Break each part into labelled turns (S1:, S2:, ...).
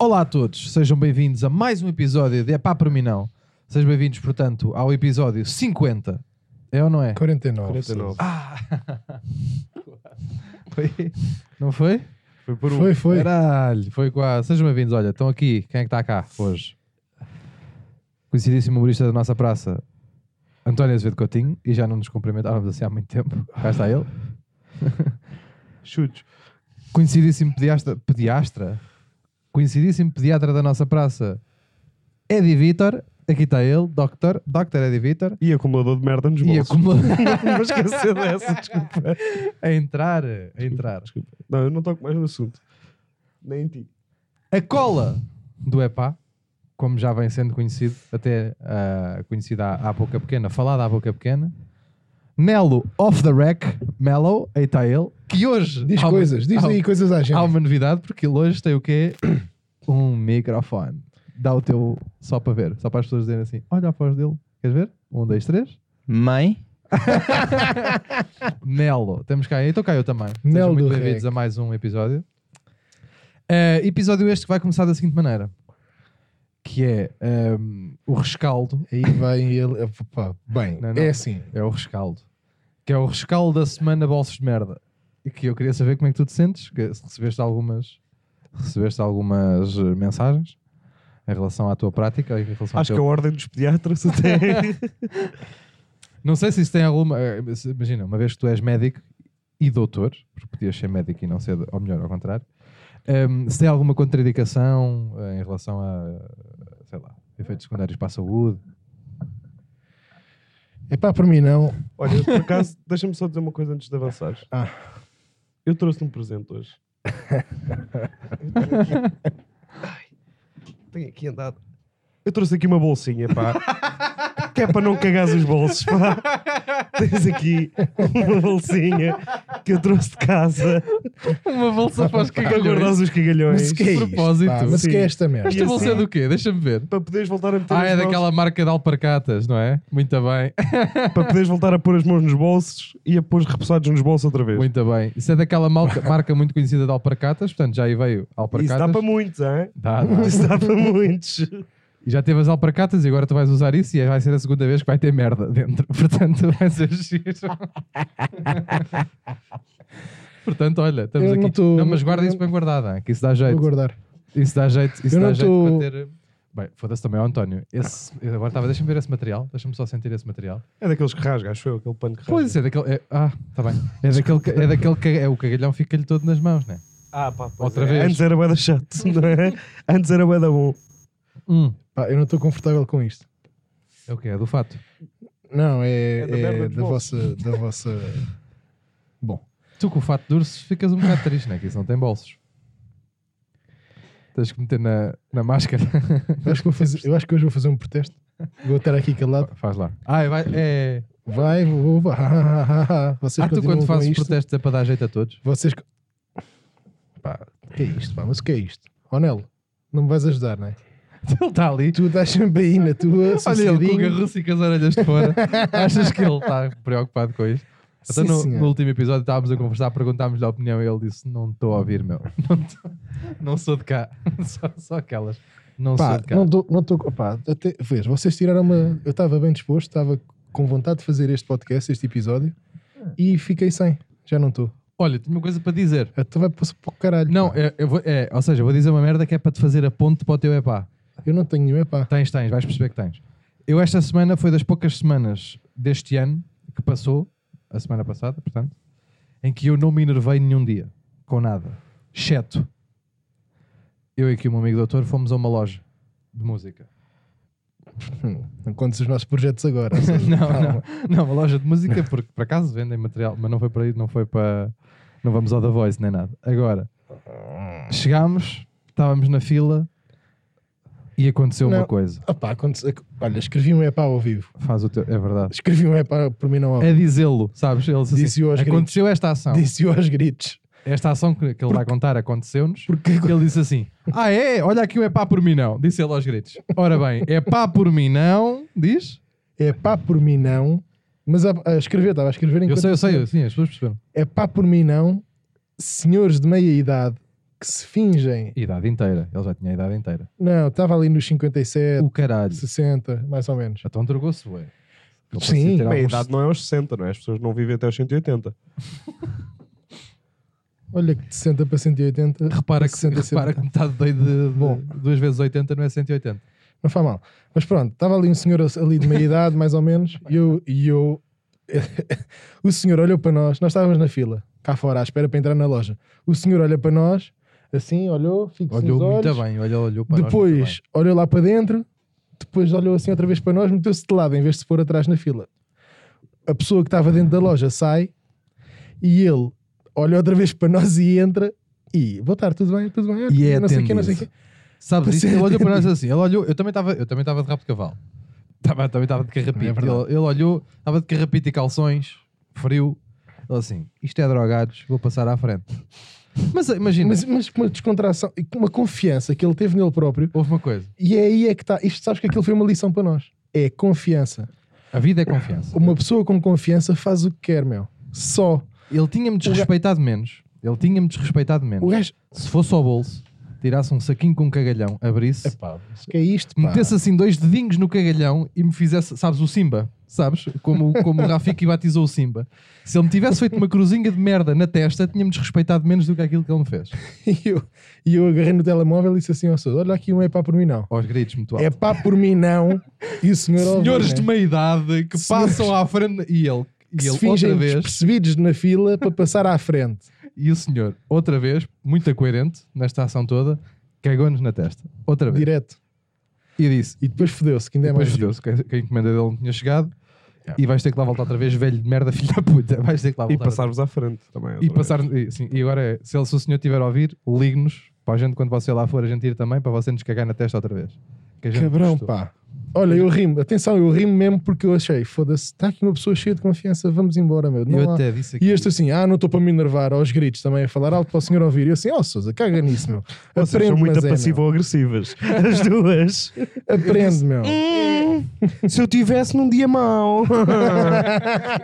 S1: Olá a todos, sejam bem-vindos a mais um episódio de É Pá Para Mim Não. Sejam bem-vindos, portanto, ao episódio 50. É ou não é?
S2: 49.
S3: 49.
S1: Ah! Foi? Não foi?
S3: Foi por um.
S2: Foi, foi.
S1: Caralho, foi quase. Sejam bem-vindos, olha, estão aqui. Quem é que está cá hoje? Conhecidíssimo humorista da nossa praça, António Azevedo Coutinho, e já não nos cumprimentávamos assim há muito tempo. Cá está ele.
S3: Chutes.
S1: Conhecidíssimo pediastra. Pediastra? Conhecidíssimo pediatra da nossa praça, Eddie Vitor. Aqui está ele, Dr. Dr. Eddie Vitor.
S3: E acumulador de merda nos
S1: E
S3: bolsos.
S1: acumula-
S3: Não me esquecer dessa, desculpa.
S1: a entrar, a entrar.
S3: Desculpa. Não, eu não toco mais no assunto. Nem em ti.
S1: A cola do EPA, como já vem sendo conhecido, até ah, conhecida à, à boca pequena, falada à boca pequena. Melo off the rack, Melo, aí está ele, que hoje.
S2: Diz
S1: há uma-
S2: coisas, diz
S1: há,
S2: aí coisas à gente.
S1: Há uma novidade, porque ele hoje tem o quê? Um microfone. Dá o teu só para ver, só para as pessoas dizerem assim: olha a voz dele, queres ver? Um, dois, três.
S4: Mãe?
S1: Melo, temos cá, então cá eu também.
S2: Melo
S1: Sejam muito
S2: do
S1: bem-vindos
S2: Rec.
S1: a mais um episódio. Eh, episódio este que vai começar da seguinte maneira: que é ehm, o rescaldo. é
S2: Aí vai ele. Opa, bem,
S1: Não, não.
S2: é assim.
S1: É o rescaldo. Que é o rescaldo da semana Bolsos de Merda. E que eu queria saber como é que tu te sentes, que se recebeste algumas, recebeste algumas eh, mensagens em relação à tua prática. Em relação ao
S3: Acho
S1: teu-
S3: que a ordem dos pediatras até.
S1: Não sei se isso tem alguma. eh, mas Imagina, uma vez que tu és médico e doutor, porque podias ser médico e não ser, ou melhor, ao contrário, ehm, se tem alguma contraindicação eh, em relação a, sei lá, efeitos secundários para a saúde.
S2: É pá, para mim não.
S3: Olha, por acaso, deixa-me só dizer uma coisa antes de avançares.
S2: Ah.
S3: Eu trouxe-te um presente hoje. Eu tenho aqui. Ai, tenho aqui andado. Eu trouxe aqui uma bolsinha, pá. que é para não cagares os bolsos, pá. Tens aqui uma bolsinha que eu trouxe de casa
S1: Uma bolsa para os
S3: para guardar os cagalhões.
S2: Mas que é isto,
S1: propósito.
S2: pá, mas
S3: Sim.
S2: que é esta merda?
S1: Esta
S3: E
S1: bolsa é
S3: assim-
S1: do quê? Deixa-me ver.
S3: Para poderes voltar a meter
S1: Ah,
S3: as
S1: é
S3: mãos-
S1: daquela marca de alparcatas, não é? Muito bem,
S3: para poderes voltar a pôr as mãos nos bolsos e a pôr repousados nos bolsos outra vez.
S1: muito bem. Isso é daquela malca- marca muito conhecida de alparcatas, portanto já aí veio alparcatas.
S3: Isso dá para muitos, hein?
S1: Dá, dá.
S3: Isso dá para muitos.
S1: E já teve as alparcatas e agora tu vais usar isso e vai ser a segunda vez que vai ter merda dentro. Portanto, vai ser giro. Portanto, olha, estamos
S2: Eu não
S1: aqui.
S2: tô-
S1: não, mas
S2: não-
S1: guarda
S2: não-
S1: isso bem guardado, hein, que isso dá
S2: Vou
S1: jeito.
S2: guardar.
S1: Isso dá jeito, isso
S2: Eu
S1: dá
S2: não
S1: jeito
S2: tô-
S1: para ter. Bem, foda-se também ao António. Esse, eu agora estava, deixa-me ver esse material, deixa-me só sentir esse material.
S3: É daqueles que rasga, acho eu, aquele pano que rasga.
S1: Pois é, daquele. é- ah, está bem. É daquele, que- é daquele que é, o cagalhão fica-lhe todo nas mãos, né?
S3: Ah, pá, pois
S1: Outra
S3: é.
S1: vez.
S3: Antes era bué da chato, não é? Antes era bué da bom.
S1: Hum.
S2: Pá, eu não estou confortável com isto.
S1: É o que é do fato.
S2: Não, é,
S3: É da
S2: é
S3: merda dos
S2: da,
S3: bolsos.
S2: vossa, da vossa. Bom,
S1: Tu com o fato de urso ficas um bocado triste, né? Que isso não tem bolsos. Tens que meter na, na máscara.
S2: eu acho, que vou fazer, eu acho que hoje vou fazer um protesto. Vou estar aqui calado.
S1: Faz lá. Ah, vai, é...
S2: Vai, vou. vou- Vocês
S1: ah tu
S2: continuam
S1: quando
S2: com
S1: fazes
S2: isto.
S1: protestos é para dar jeito a todos?
S2: Vocês. Pá, o que é isto? Pá, mas o que é isto? Ó Nelo, não me vais ajudar, não é?
S1: Ele
S3: tá
S1: está ali.
S2: Tu deixas-me aí na tua.
S1: Olha ele com o
S2: sossegadinho.
S1: garruço e com as orelhas de fora. Achas que ele está preocupado com isto? Até
S2: Sim,
S1: Então, no,
S2: senhor.
S1: no último episódio estávamos a conversar, perguntámos-lhe a opinião e ele disse: Não estou a ouvir, meu. Não, tô- não sou de cá. Só, só aquelas. Não sou
S2: Pá,
S1: de cá.
S2: não estou. Não tô, pá, até, vês, vocês tiraram uma. Eu estava bem disposto, estava com vontade de fazer este podcast, este episódio, e fiquei sem. Já não estou.
S1: Olha, tenho uma coisa para dizer.
S2: Até Então vai para o caralho.
S1: Não,
S2: pá.
S1: é, eu vou, é, ou seja, eu vou dizer uma merda que é para te fazer a ponte para o teu epá.
S2: eu não tenho nenhum, é pá.
S1: Tens, tens, vais perceber que tens. Eu esta semana foi das poucas semanas deste ano que passou, a semana passada, portanto, em que eu não me enervei nenhum dia, com nada, exceto eu e aqui o meu amigo doutor fomos a uma loja de música.
S2: Hum, Não contes os nossos projetos agora. ou seja,
S1: Não,
S2: calma.
S1: não, não, uma loja de música, porque por acaso vendem material, mas não foi para aí, não foi para. Não vamos ao The Voice nem nada. Agora, chegámos, estávamos na fila e aconteceu uma
S2: Não.
S1: coisa.
S2: Ah, pá, quando, olha, escrevi um epá ao vivo.
S1: Faz o teu, é verdade.
S2: Escrevi um epá por mim não ao
S1: é dizê-lo, sabes? Ele disse assim,
S2: Disse-o aos
S1: aconteceu esta ação.
S2: Disse-o aos gritos.
S1: Esta ação que, que ele vai contar aconteceu-nos.
S2: Porque
S1: Ele disse assim: Ah, é? Olha aqui o é pá por mim não. Disse ele aos gritos. Ora bem, é pá por mim não. Diz?
S2: é pá por mim não. Mas a, a escrever, estava a escrever
S1: Eu
S2: enquanto
S1: sei, eu sei. eu- Sim, as pessoas perceberam.
S2: É pá por mim não. Senhores de meia idade que se fingem.
S1: Idade inteira. Ele já tinha a idade inteira.
S2: Não, estava ali nos 57,
S1: O caralho.
S2: 60, mais ou menos.
S1: Então drogou-se, ué. Ele parecia ter
S2: Sim,
S3: Bem, a
S1: alguns-
S3: idade não é aos 60, não é? As pessoas não vivem até aos 180.
S2: Olha que de 60 para 180.
S1: Repara que,
S2: 60,
S1: repara que metade de, de, de
S2: Bom.
S1: 2 vezes 80 não é 180.
S2: Não faz mal. Mas pronto, estava ali um senhor ali de meia idade, mais ou menos, e eu. E eu o senhor olhou para nós, nós estávamos na fila, cá fora, à espera para entrar na loja. O senhor olha para nós, assim, olhou, fixou
S1: Olhou
S2: os olhos,
S1: muito bem, olhou, olhou para nós muito
S2: depois olhou lá para dentro, depois olhou assim outra vez para nós, meteu-se de lado em vez de se pôr atrás na fila. A pessoa que estava dentro da loja sai e ele olha outra vez para nós e entra e boa tarde, tudo bem, tudo
S1: bem.
S2: bem,
S1: E é
S2: não sei o quê, não sei o quê.
S1: atendido. Sabes isso?
S2: Sim,
S1: Ele olhou para nós assim. Ele olhou, eu também estava eu também estava de rabo de cavalo. Tava, também estava de carrapito.
S2: É verdade.
S1: ele, ele olhou, estava de carrapito e calções, frio. Ele assim, isto é drogados, vou passar à frente. Mas eh, imagina,
S2: Mas, mas uma descontração e uma confiança que ele teve nele próprio,
S1: houve uma coisa.
S2: e é aí é que está. Isto sabes que aquilo foi uma lição para nós. É confiança.
S1: A vida é confiança.
S2: Uma pessoa com confiança faz o que quer, meu. Só.
S1: Ele tinha-me desrespeitado menos. Ele tinha-me desrespeitado
S2: O
S1: menos.
S2: gajo.
S1: Se fosse ao bolso, tirasse um saquinho com um cagalhão, abrisse,
S2: Epá, mas que é isto? pá?
S1: metesse assim dois dedinhos no cagalhão e me fizesse, sabes, o Simba, sabes? Como, como o Rafiki batizou o Simba. Se ele me tivesse feito uma cruzinha de merda na testa, tinha-me desrespeitado menos do que aquilo que ele me fez.
S2: E eu, e eu agarrei no telemóvel e disse assim ao senhor: Olha aqui um é pá por mim, não.
S1: Aos gritos, muito alto.
S2: É pá por mim, não. E o senhor. ouve,
S1: Senhores
S2: né?
S1: de meia idade que
S2: Senhores-
S1: passam à frente e ele,
S2: que
S1: e
S2: se
S1: ele
S2: fingem
S1: outra vez,
S2: percebidos na fila para passar à frente.
S1: e o senhor, outra vez, muito coerente nesta ação toda, cagou-nos na testa. Outra vez.
S2: Direto.
S1: E disse:
S2: E depois fodeu-se, que ainda é
S1: Depois
S2: mais.
S1: fodeu-se, que a que a encomenda dele não tinha chegado. E vais ter que lá voltar outra vez, velho de merda, filho da puta. Vais ter que lá
S3: E
S1: voltar.
S3: passar-vos à frente também. outra
S1: e,
S3: vez.
S1: passar e, sim, e agora, é, se, ele- se o senhor tiver a ouvir, ligue-nos para a gente, quando você lá for, a gente ir também, para você nos cagar na testa outra vez. Que a gente
S2: Cabrão,
S1: gostou.
S2: pá. Olha, eu rimo, atenção, eu rimo mesmo porque eu achei, foda-se, está aqui uma pessoa cheia de confiança, vamos embora, meu. Não
S1: Eu
S2: há-
S1: até disse aqui.
S2: E este assim, ah, não estou para me enervar, aos gritos também, a falar alto para o senhor ouvir. E eu assim, ó Sousa, caga nisso, meu.
S3: Vocês
S2: Aprende,
S3: são muito
S2: mas é,
S3: passivo ou agressivas. As duas.
S2: meu. Aprende, meu.
S3: se eu tivesse num dia mau,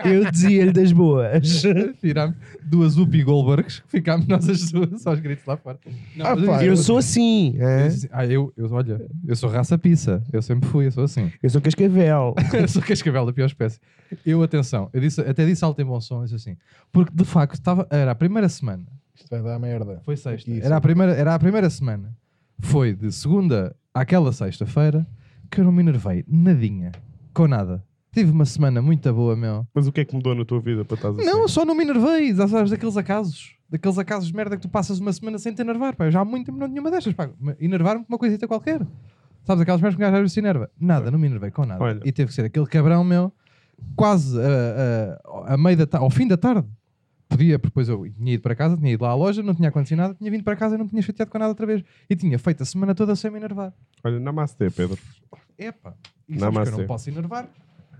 S3: eu dizia-lhe das boas.
S1: Tirámos duas Upi Goldbergs, ficámos nós as duas aos gritos lá fora. Não,
S2: Ah,
S1: mas
S2: pá,
S1: eu,
S3: Eu sou assim. é?
S1: ah, eu, eu, olha, eu sou raça pizza, eu sempre fui, eu sou assim.
S3: Eu sou um cascavel.
S1: Eu sou cascavel da pior espécie. Eu, atenção, eu disse, até disse alto em bom som, eu disse assim, porque de facto estava, era a primeira semana,
S2: Isto vai dar merda.
S1: foi sexta,
S2: Isso.
S1: era a primeira, era a primeira semana, foi de segunda àquela sexta-feira que eu não me enervei nadinha, com nada. Tive uma semana muito boa, meu.
S3: Mas o que é que mudou na tua vida para estás assim?
S1: Não, eu só não me enervei, já sabes, daqueles acasos, daqueles acasos de merda que tu passas uma semana sem te enervar, pá. Eu já há muito tempo não tinha uma destas, pá. Enervar-me com uma coisita qualquer. Sabes, aquelas merdas que um gajo às vezes se enerva. Nada, não me enervei com nada.
S3: Olha.
S1: E teve que ser aquele cabrão meu, quase ah, ah, a meio da ta- ao fim da tarde. Podia, porque depois eu tinha ido para casa, tinha ido lá à loja, não tinha acontecido nada, tinha vindo para casa e não tinha chateado com nada outra vez. E tinha feito a semana toda sem me enervar.
S3: Olha, namastê, Pedro.
S1: Epá, e sabes que eu
S3: Namastê.
S1: não posso enervar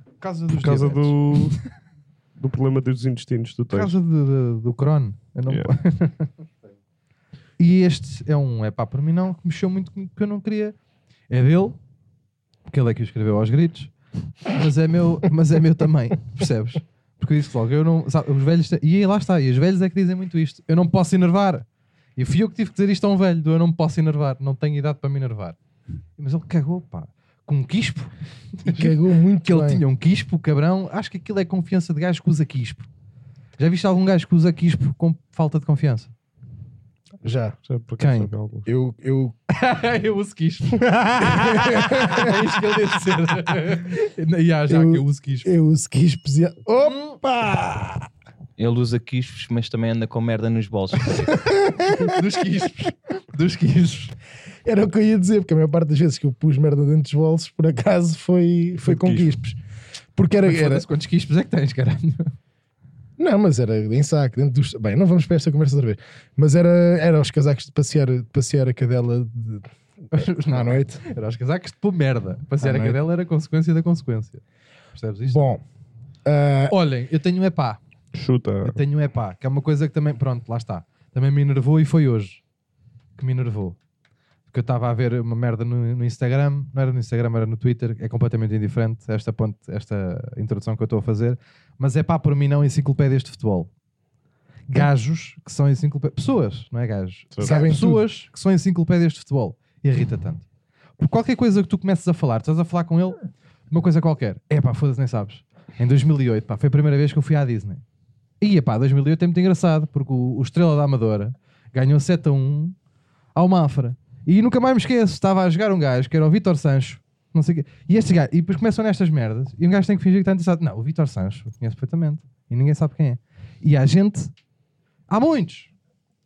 S1: por causa dos
S3: assim. Por causa
S1: diabetes.
S3: do, do problema dos intestinos que tu
S1: Por
S3: tens.
S1: causa do, do, do Crohn. Eu não-
S3: Yeah.
S1: e este é um é pá para mim não que mexeu muito comigo que eu não queria. É dele, porque ele é que o escreveu aos gritos, mas é meu, mas é meu também, percebes? Porque eu disse logo, eu não. sabe, os velhos. te- E aí lá está, e os velhos é que dizem muito isto. Eu não posso enervar. E fui eu que tive que dizer isto a um velho: do eu não posso enervar, não tenho idade para me enervar. Mas ele cagou, pá. Com um quispo,
S2: E cagou muito
S1: que ele
S2: bem.
S1: tinha um quispo, cabrão. Acho que aquilo é confiança de gajo que usa quispo. Já viste algum gajo que usa quispo com falta de confiança?
S2: Já.
S3: Já por acaso
S1: Quem?
S3: houve algum.
S2: Eu, eu
S1: eu uso quispo. é isto que ele deve ser. Na- Já, já
S2: Eu-
S1: que eu uso quispo.
S2: Eu uso quispos e... Opa!
S4: Ele usa quispos, mas também anda com merda nos bolsos.
S1: Dos quispos. Dos quispos.
S2: Era o que eu ia dizer, porque a maior parte das vezes que eu pus merda dentro dos bolsos, por acaso, foi, foi
S3: de
S2: com quispos. Porque era,
S1: Mas
S2: era...
S1: foda-se, Quantos quispos é que tens, caralho?
S2: Não, mas era em saco, dentro dos... Bem, não vamos para esta conversa outra vez. Mas era, era os casacos de passear, de passear a cadela de- à
S1: é.
S2: noite.
S1: Era os casacos de pôr merda. Passear
S2: Ah,
S1: a
S2: não é?
S1: cadela era consequência da consequência. Percebes isto?
S2: Bom, ah,
S1: Olhem, eu tenho um epá.
S3: Chuta.
S1: Eu tenho um epá, que é uma coisa que também, pronto, lá está. Também me enervou e foi hoje que me enervou. Porque eu estava a ver uma merda no, no Instagram, não era no Instagram, era no Twitter, é completamente indiferente esta, ponte, esta introdução que eu estou a fazer, mas é pá por mim não enciclopédias de futebol. gajos que são enciclopédias. Pessoas, não é gajos.
S3: Pessoas.
S1: Sabem
S2: Sabem tudo.
S1: pessoas que são enciclopédias de futebol. Irrita tanto. Porque qualquer coisa que tu comeces a falar, tu estás a falar com ele, uma coisa qualquer. É pá, foda-se, nem sabes. Em 2008, pá, foi a primeira vez que eu fui à Disney. E pá, 2008 é muito engraçado, porque o, o Estrela da Amadora ganhou 7 a 1 ao Mafra. E nunca mais me esqueço, estava a jogar um gajo que era o Vitor Sancho, não sei o quê. E este gajo, e depois começam nestas merdas, e um gajo tem que fingir que está interessado. Não, o Vitor Sancho, eu conheço perfeitamente. E ninguém sabe quem é. E há gente, há muitos.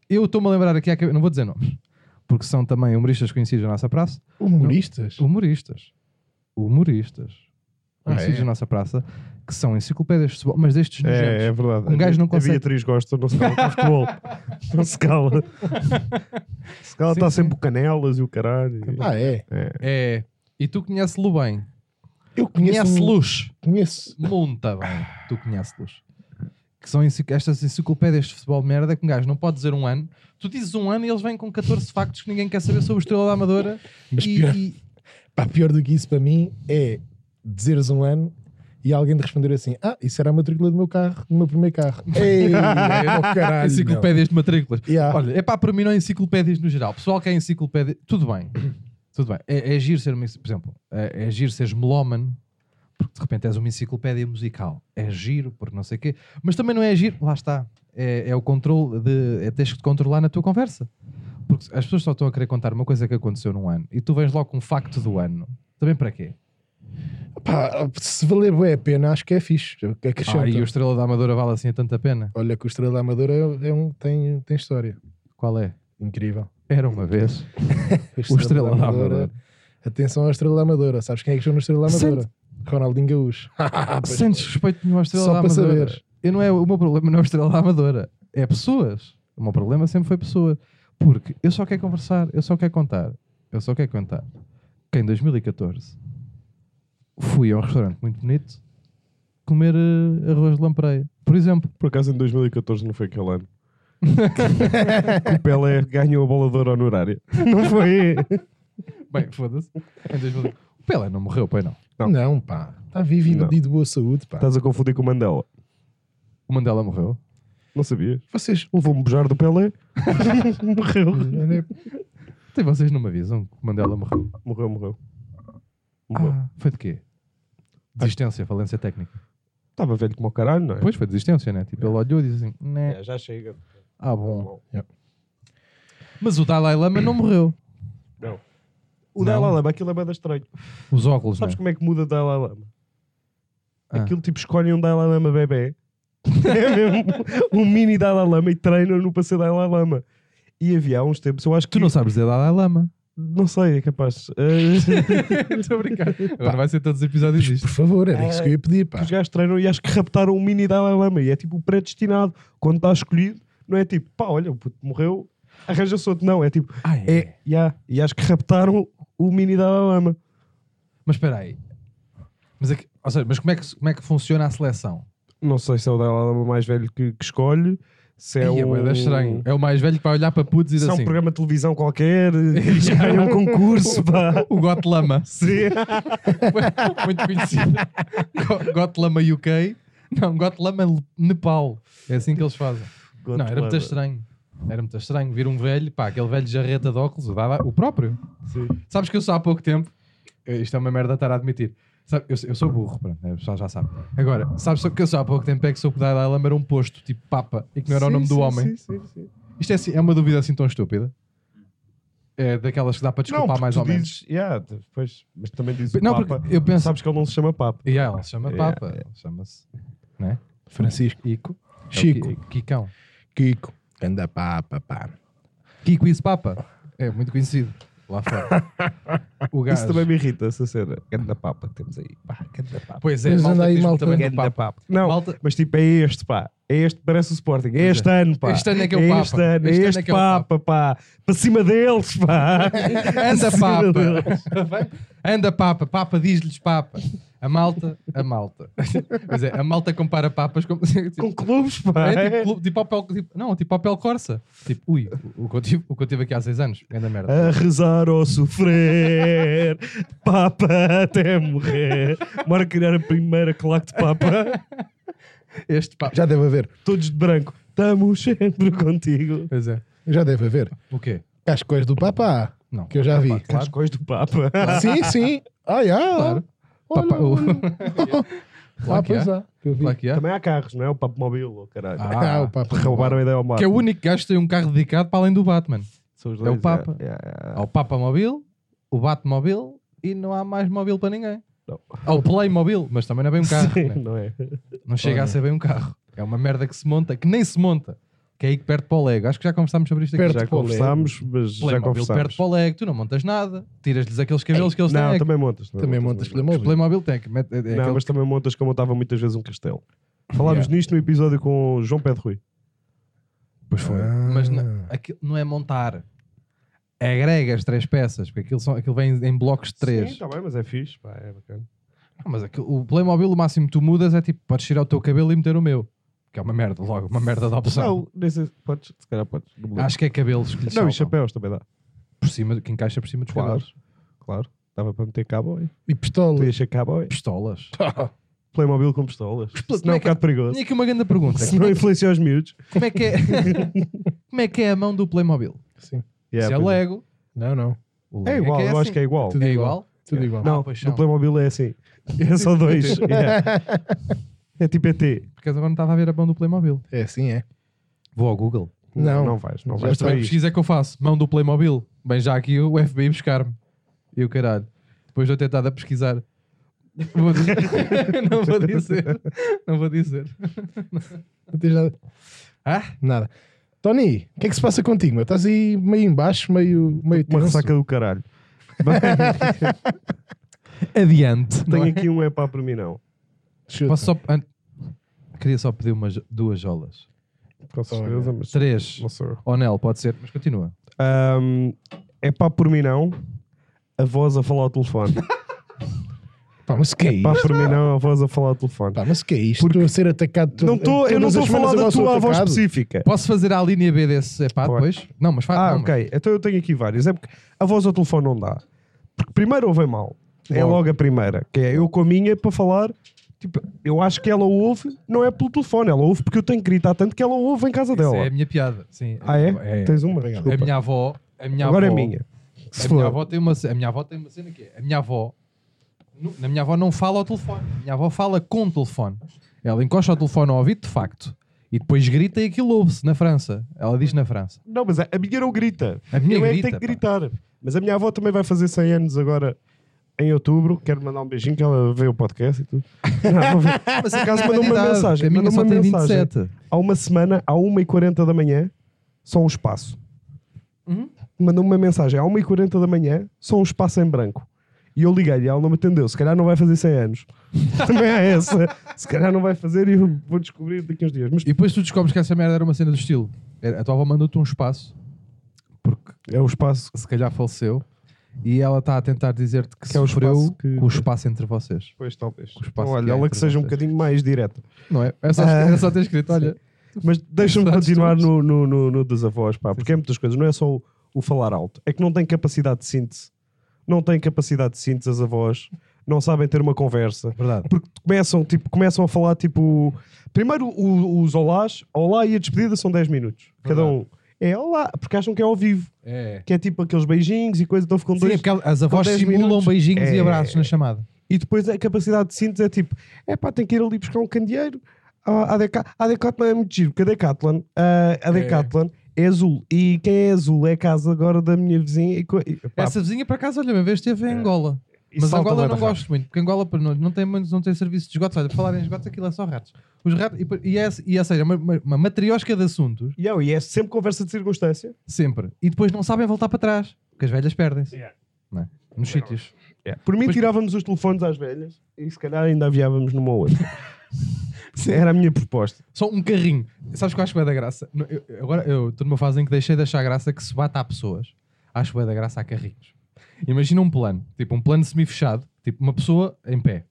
S1: Eu estou-me a lembrar aqui, à cabe- não vou dizer nomes, porque são também humoristas conhecidos da nossa praça.
S2: Humoristas?
S1: Humoristas. Humoristas.
S2: Ah,
S1: Conhecidos
S2: é?
S1: da nossa praça, que são enciclopédias de futebol, mas destes nojentos.
S3: É, é verdade.
S1: Um gajo não consegue-
S3: A Beatriz gosta, não se cala com futebol. Não se cala. Se cala,
S1: Sim,
S3: está
S1: sim.
S3: sempre o canelas e o caralho.
S2: Ah, é?
S1: É. E tu conheces-lo bem.
S2: Eu conheço.
S1: Conheces
S2: um-
S1: luz.
S2: Conheço.
S1: Monta bem. Tu conheces-los. Que são encic- estas enciclopédias de futebol de merda que um gajo não pode dizer um ano. Tu dizes um ano e eles vêm com 14 factos que ninguém quer saber sobre o Estrela da Amadora.
S2: Mas
S1: E,
S2: pior-
S1: e-
S2: Pá, pior do que isso para mim é dizeres um ano e alguém te responder assim: Ah, isso era a matrícula do meu carro, do meu primeiro carro. Ei, oh, caralho. meu.
S1: enciclopédias de matrículas.
S2: Yeah.
S1: Olha, é pá, para mim não é enciclopédias no geral. Pessoal que é enciclopédia, tudo bem. Tudo bem. É, é giro ser, uma, enci- por exemplo, é, é giro seres melómano, porque de repente és uma enciclopédia musical. É giro, porque não sei o quê. Mas também não é giro, lá está. É, é o controle de. É teres que te controlar na tua conversa. Porque as pessoas só estão a querer contar uma coisa que aconteceu num ano e tu vens logo com um facto do ano. Também para quê?
S2: Pá, se valer bué a pena, acho que é fixe. Que acrescenta.
S1: Ah, e o Estrela da Amadora vale assim a tanta pena?
S2: Olha que o Estrela da Amadora é, é um, tem, tem história.
S1: Qual é?
S2: Incrível.
S1: Era uma vez. O Estrela da Amadora.
S2: Atenção ao Estrela da Amadora. Sabes quem é que jogou no Estrela da Amadora?
S1: Sente-
S2: Ronaldinho Gaúcho. Ah, Pois
S1: Sentes respeito nenhum à Ah, Estrela
S2: Só
S1: da
S2: para
S1: Amadora.
S2: saberes.
S1: Eu não é, o meu problema não é a Estrela da Amadora. É pessoas. O meu problema sempre foi pessoas. Porque eu só quero conversar, eu só quero contar. Eu só quero contar que em 2014 fui a um restaurante muito bonito comer eh, arroz de lampreia. Por exemplo,
S3: Ah, Por acaso em 2014 não foi aquele ano. Que o Pelé ganhou a bola de ouro honorária. Não foi?
S1: bem, foda-se. Em 2000 O Pelé não morreu, pai não.
S3: Não.
S2: Não, pá. Está vivo e
S3: Não.
S2: de boa saúde, pá.
S3: Estás a confundir com o Mandela.
S1: O Mandela morreu.
S3: Não sabias?
S2: Vocês.
S3: Levou um bujar do Pelé. morreu.
S1: Até vocês não me avisam que o Mandela morreu.
S3: Morreu, morreu. Morreu.
S1: Ah, foi de quê? Desistência, falência técnica.
S3: Estava velho como o caralho, não é?
S1: Pois foi desistência, né? Tipo, ele olhou e disse assim: né,
S3: É, já chega.
S1: Ah, bom. Mas o Dalai Lama não morreu.
S3: Não. O Dalai
S1: Não.
S3: Lama, aquilo é bem estranho.
S1: Os óculos,
S3: Sabes
S1: Sabes
S3: como é que muda Dalai Lama?
S1: Ah.
S3: Aquilo tipo escolhem um Dalai Lama bebê. É mesmo um mini Dalai Lama e treinam-no para ser Dalai Lama. E havia há uns tempos, eu acho que.
S1: Tu não sabes dizer Dalai Lama.
S3: Não sei, é capaz. Eh,
S1: Estou a brincar. Agora vai ser todos os episódios disto.
S2: Por favor, era isso que eu ia pedir, pá.
S3: que os gajos treinam e acho que raptaram um mini Dalai Lama. E é tipo predestinado. Quando está escolhido, não é tipo, pá, olha, o puto morreu, arranja-se outro. Não, é tipo,
S1: Ah,
S3: é, já. E acho que raptaram o mini Dalai Lama.
S1: Mas espera aí. Mas, aqui- ou seja, mas como, é que, como é que funciona a seleção?
S3: Não sei se é o Dalai Lama mais velho que, que escolhe, se é
S1: Ih,
S3: um.
S1: bué estranho. É o mais velho que vai olhar para putos e
S3: Se
S1: dizer
S3: é um
S1: assim.
S3: programa de televisão qualquer, eles ganham um concurso, pá.
S1: O Got Lama.
S3: Sim.
S1: Muito conhecido. Go- Got Lama UK. Não, Got Lama Nepal. É assim que eles fazem. Não, era muito estranho. Era muito estranho vir um velho, pá, aquele velho jarreta de óculos, o Dalai- o próprio.
S3: Sim.
S1: Sabes que eu só há pouco tempo, isto é uma merda estar a admitir. Sabe, eu, eu sou burro, pronto, né, o pessoal já sabe. Agora, sabes só que eu só há pouco tempo é que soube que o Dalai Lama era um posto, tipo Papa, e que não era o
S3: Sim,
S1: nome do
S3: sim,
S1: homem.
S3: sim, sim, sim.
S1: Isto é, assim- é uma dúvida assim tão estúpida. É daquelas que dá para
S3: não,
S1: desculpar
S3: porque
S1: mais
S3: tu
S1: ou menos.
S3: dizes, yeah, depois, mas também dizes o
S1: Não,
S3: Papa.
S1: porque eu penso.
S3: Sabes que ele não se chama Papa.
S1: E yeah, ele se chama
S3: Yeah.
S1: Papa, ele chama-se
S2: Francisco.
S1: Ico. É o
S2: Chico.
S1: Ki- Kikão.
S2: Kiko. Anda pá, pá, pá.
S1: Kiko e esse Papa. É muito conhecido lá fora. O gajo.
S3: Isso também me irrita, essa cena. Ganda Papa que temos aí. Pá, ganda Papa.
S1: Pois é,
S2: Mas
S1: malta
S2: anda aí,
S1: diz muito
S2: malta.
S1: bem do
S3: Ganda
S1: Papa.
S3: Papa. Não,
S1: Malta-
S3: mas tipo, é este, pá. É este, parece o Sporting. É este ano, pá.
S1: Este ano é que é o Papa.
S3: Este ano, é
S1: Este ano é
S3: este
S1: que é o
S3: Papa, pá. Para cima deles, pá.
S1: É, Anda
S3: Sim, meu
S1: papa. Vai- Anda papa. Papa diz-lhes papa. A malta, a malta. Pois é, a malta compara papas com...
S3: Com clubes, pá.
S1: É tipo, clube- tipo Opel, tipo- não, tipo Opel Corsa. Tipo, ui, o, o, que eu tive, o que eu tive aqui há seis anos. Anda merda.
S3: A rezar ou sofrer, Papa até morrer. Bora criar a primeira claque de Papa,
S1: Este papa.
S2: Já deve haver.
S3: todos de branco. Estamos sempre contigo.
S1: Pois é.
S2: Já deve haver.
S1: O quê?
S2: Cascóis do Papá,
S1: Não. é
S2: que eu já vi.
S1: Claro.
S3: Cascóis do Papa.
S2: Sim, sim. Ah, já.
S1: Claro.
S2: Olha,
S1: Papá- o-
S2: Ah,
S1: Claro que
S2: pois
S1: há.
S2: há. que eu vi.
S1: Claro que há.
S3: Também há carros, não é? O Papo Mobil, oh, caralho.
S1: Ah.
S2: Ah, o Papa.
S3: Roubaram a ideia ao Marco.
S1: Que é o único gajo que tem um carro dedicado para além do Batman.
S3: São os
S1: é o Papa.
S3: é, é, é.
S1: Há o Papamóvel, o Batmóvel e não há mais móvel para ninguém.
S3: Não.
S1: Há o Playmobil, mas também não é bem um carro.
S3: Sim,
S1: né?
S3: não é?
S1: Não chega a ser bem um carro. É uma merda que se monta, que nem se monta. Que é aí que perde para o Lego. Acho que já conversámos sobre isto aqui.
S2: Perto
S1: já
S3: Já
S2: para o Lego.
S3: conversámos, mas já
S1: Playmobil
S3: conversámos.
S1: perde para o Lego. Tu não montas nada. Tiras-lhes aqueles cabelos que eles têm.
S3: não,
S1: é que-
S3: também montas.
S2: Também montas
S3: também
S1: Os
S2: Playmobil.
S1: Playmobil tem que... mete- É, é
S3: Não,
S1: aquele-
S3: mas também montas como eu estava muitas vezes um castelo. Falámos
S1: Yeah.
S3: nisto no episódio com o João Pedro Rui.
S1: Pois foi.
S2: Ah.
S1: Mas não, aquilo não é montar. Agregas três peças, porque aquilo, são, aquilo vem em blocos de três.
S3: Sim, está bem, mas é fixe. Pá, é bacana.
S1: Ah, mas aquilo- o Playmobil, o máximo que tu mudas é tipo, podes tirar o teu cabelo e meter o meu. Que é uma merda, logo, uma merda de opção.
S3: Não, nem sei se podes, se calhar podes. Não, me lembro.
S1: Acho que é cabelos que lhe
S3: não e
S1: saltam.
S3: chapéus também dá.
S1: por cima, que encaixa por cima dos
S3: Claro,
S1: cabelos.
S3: claro. Dava para meter cowboy.
S2: E pistola.
S3: Podia ser cowboy.
S1: Pistolas.
S3: Tá. Playmobil com pistolas.
S1: Pistola-
S3: Isso não é um
S1: como é assim? que-
S3: bocado perigoso.
S1: Tinha aqui uma grande pergunta.
S3: Se não é- influenciar os miúdos.
S1: Como é que é, como é, que é a mão do Playmobil?
S2: Sim.
S1: Se
S3: Yeah,
S1: é
S3: pois é.
S1: Lego,
S2: Não, não.
S1: o Lego
S3: É igual, eu acho
S1: assim.
S3: que é igual.
S2: Tudo
S1: É
S2: igual.
S1: igual?
S2: Tudo igual.
S3: Não,
S1: pois
S3: no
S1: são.
S3: Playmobil é assim. É só dois. Yeah. É tipo ET.
S1: Porque agora não estava a ver a mão do Playmobil.
S2: É assim, é.
S1: Vou ao Google.
S2: Não.
S3: Não vais, não
S2: Já
S3: vais.
S1: Mas também
S3: para isto.
S1: pesquisa é que eu faço. Mão do Playmobil. Bem, já aqui o FBI buscar-me. E o caralho. Depois de eu ter estado a pesquisar. Vou dizer- não vou dizer. Não vou dizer.
S2: Não tens nada.
S1: Ah?
S2: Nada. Tony, o que é que se passa contigo? meu? Estás aí meio embaixo, meio, meio
S3: Uma
S2: tenso.
S3: ressaca do caralho.
S1: Adiante. não é?
S3: Tenho aqui um é pá para mim, não.
S2: Chuta.
S1: Posso só... an- Queria só pedir umas duas jolas.
S3: Com certeza, mas.
S1: Três.
S3: Não sei.
S1: Onel, pode ser. Mas continua.
S3: Ahm, é pá por mim, não. A voz a falar ao telefone.
S2: Pá, mas o que é
S3: Pá
S2: isto?
S3: por mim, não. A voz a falar ao telefone.
S2: Pá, mas o que é isto?
S3: Porque-
S2: Estou a ser atacado. tu-
S3: Não tô, eu
S2: todas
S3: não
S2: as
S3: estou a
S2: semanas
S3: falar da
S2: agora sou
S3: tua avó
S2: atacado.
S3: específica.
S1: Posso fazer a linha B desse epá
S3: Pode.
S1: depois? Não, mas faz.
S3: Ah,
S1: não, mas-
S3: ok. Então eu tenho aqui vários. É porque a voz ao telefone não dá. Porque primeiro ouvem mal. É
S2: Logo.
S3: logo a primeira. Que é eu com a minha para falar. Tipo, eu acho que ela ouve, não é pelo telefone. Ela ouve porque eu tenho que gritar tanto que ela ouve em casa
S1: Essa
S3: dela.
S1: é a minha piada. Sim.
S3: Ah, é? Tens uma?
S2: Obrigado.
S1: A
S3: Desculpa.
S1: minha avó. A minha
S3: Agora é
S1: avó,
S3: minha. Se
S1: A minha,
S3: for.
S1: avó tem uma, ce- a minha avó tem uma cena que é, a minha avó, nu- na minha avó não fala ao telefone, a minha avó fala com o telefone. Ela encosta o telefone ao ouvido, de facto, e depois grita e aquilo ouve-se na França. Ela diz na França.
S3: Não, mas a a minha não grita.
S1: A minha
S3: eu é que
S1: grita,
S3: tenho que
S1: pá.
S3: gritar. Mas a minha avó também vai fazer 100 anos agora em outubro. Quero mandar um beijinho que ela vê o podcast e tudo. Não, não vê.
S1: Mas
S3: Por acaso mandou uma
S1: Idade,
S3: mensagem.
S1: A minha
S3: mandou
S1: só
S3: uma
S1: tem
S3: mensagem.
S1: 27.
S3: Há uma semana, à 1h40 da manhã, só um espaço.
S1: Uhum.
S3: Mandou uma mensagem à 1h40 da manhã, só um espaço em branco. E eu liguei-lhe, ela não me atendeu. Se calhar não vai fazer 100 anos. Também há essa. Se calhar não vai fazer e eu vou descobrir daqui a uns dias. Mas
S1: E depois tu descobres que essa merda era uma cena do estilo. Era- A tua avó mandou-te um espaço, porque
S3: é o espaço.
S1: se calhar faleceu, e ela está a tentar dizer-te que,
S3: Que é o
S1: sofreu
S3: espaço que-
S1: com o espaço entre vocês.
S3: Pois, talvez.
S1: espaço
S3: Então,
S1: que
S3: olha,
S1: há
S3: ela que
S1: entre
S3: seja um
S1: vocês.
S3: bocadinho mais direta.
S1: Não é? É só,
S3: Ah.
S1: é só ter escrito, olha...
S3: Mas deixa-me
S1: Sabes
S3: continuar
S1: todos.
S3: no, no, no, no dos avós, pá, porque é muitas coisas, não é só o, o falar alto, é que não tem capacidade de síntese. Não tem capacidade de síntese as avós, não sabem ter uma conversa.
S1: Verdade.
S3: Porque começam, tipo, começam a falar, tipo, primeiro o- os olás, olá e a despedida são 10 minutos. Cada um é olá, porque acham que é ao vivo,
S1: É.
S3: que é tipo aqueles beijinhos e coisa, então ficam
S1: Sim, é
S3: dois.
S1: porque as avós
S3: com 10
S1: simulam
S3: minutos.
S1: beijinhos e
S3: É.
S1: abraços na chamada.
S3: E depois a capacidade de síntese é tipo: é pá, tem que ir ali buscar um candeeiro. Ah, A, a, Deca, a Decathlon é muito giro, porque a Decathlon, ah, a Decathlon é. azul. E quem é azul é a casa agora da minha vizinha. E, co- e, pá, É.
S1: Essa vizinha, por acaso, olha, uma vez esteve em Angola.
S3: e
S1: Mas
S3: salta
S1: Angola eu
S3: bué
S1: não
S3: de rápido.
S1: gosto muito, porque Angola para nós não tem, muitos- não tem serviço de esgotos. Olha, falar em esgotos, aquilo é só ratos. Os ratos, e, pa- e, é, e é, ou seja, uma, uma, uma matriosca de assuntos,
S3: E, é- e é sempre conversa de circunstância.
S1: sempre. E depois não sabem voltar para trás, porque as velhas perdem-se.
S3: Yeah.
S1: Não é? Nos sítios.
S3: Por mim,
S1: Pois-
S3: tirávamos os telefones às velhas e se calhar ainda aviávamos numa outra. Era a minha proposta.
S1: Só um carrinho. Sabes que eu acho bem da graça? Não, eu- eu- agora eu estou numa fase em que deixei de achar graça que se bata a pessoas. Acho bem da graça a carrinhos. Imagina um plano, tipo um plano semi-fechado, tipo uma pessoa em pé.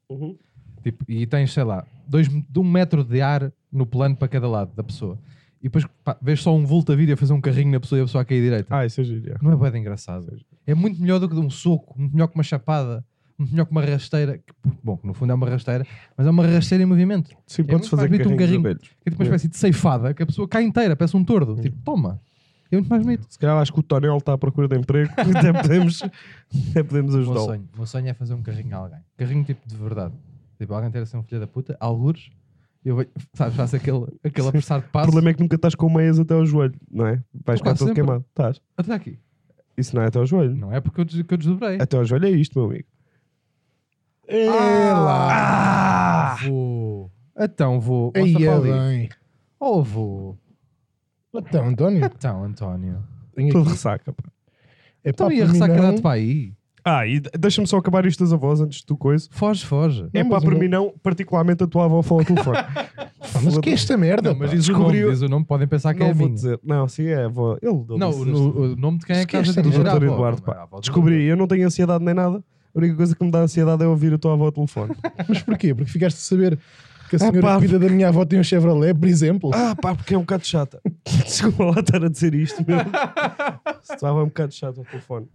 S1: Tipo, e tens, sei lá, dois, de um metro de ar no plano para cada lado da pessoa. E depois pá, vês só um vulto a vir e a fazer um carrinho na pessoa e a pessoa a cair direita.
S3: Ah, isso é giro.
S1: Não é bem engraçado. É muito melhor do que de um soco, muito melhor que uma chapada. melhor que uma rasteira. que, bom, no fundo é uma rasteira, mas é uma rasteira em movimento.
S3: Sim,
S1: muito
S3: podes
S1: mais
S3: fazer
S1: bonito um
S3: carrinhos
S1: carrinho.
S3: velhos.
S1: Que é tipo uma espécie de ceifada, que a pessoa cai inteira, parece um tordo. Tipo, toma. É muito mais bonito.
S3: Se calhar acho que o Tonel está à procura de emprego, até podemos, até podemos
S1: O meu
S3: ajudá-lo.
S1: sonho, o meu sonho é fazer um carrinho a alguém. Carrinho tipo de verdade. Tipo, alguém ter a ser um filho da puta, algures, eu venho, sabes, faço aquele, aquele apressar de
S3: O
S1: passo.
S3: problema é que nunca estás com meias até ao joelho, não é?
S1: Por
S3: Vais ficar
S1: acaso
S3: todo
S1: sempre.
S3: queimado. Estás.
S1: Até aqui.
S3: Isso não é até ao joelho.
S1: Não é porque eu, des- que eu desdobrei.
S3: Até ao joelho é isto, meu amigo.
S1: lá! Vou. Então vou.
S2: Aí
S1: Mostra para
S2: é
S1: ali.
S2: bem.
S1: Ou vou.
S2: Então, António,
S1: Então, António.
S2: tenho
S3: Tudo
S2: aqui.
S3: ressaca, pá.
S2: É
S3: Tá
S1: Então
S2: pá,
S1: e a
S2: por mim
S1: ressaca
S2: não.
S1: dá-te para aí?
S3: Ah, e de- deixa-me só acabar isto das avós antes do coisa.
S1: Foge, foge.
S3: É
S2: Não,
S3: pá,
S2: mas
S3: para
S2: o
S3: mim não, particularmente a tua avó fala ao telefone.
S2: Pá, Mas o que é esta merda?
S1: Não, mas
S2: pá?
S1: diz o nome,
S3: descobriu-
S1: diz o nome, podem pensar que é
S3: não
S1: a
S3: vou
S1: minha.
S3: dizer. Não, sim, é a avó. Ele deu-me
S1: Não,
S3: esse-
S1: no- o nome de quem é que estás a
S2: Esquece,
S1: dizer?
S3: do
S1: Ah,
S3: Dr.
S1: bom,
S3: Eduardo,
S1: não,
S3: pá.
S1: ah, bom,
S3: Descobri, eu não tenho ansiedade nem nada. A única coisa que me dá ansiedade é ouvir a tua avó ao telefone.
S2: Mas porquê? Porque ficaste a saber que a
S3: Ah,
S2: senhora
S3: pá.
S2: que cuida da minha avó tem um Chevrolet, por exemplo.
S3: ah, pá, porque é um bocado chata. Desculpa lá estar a dizer isto, meu. Estava um bocado chato ao telefone.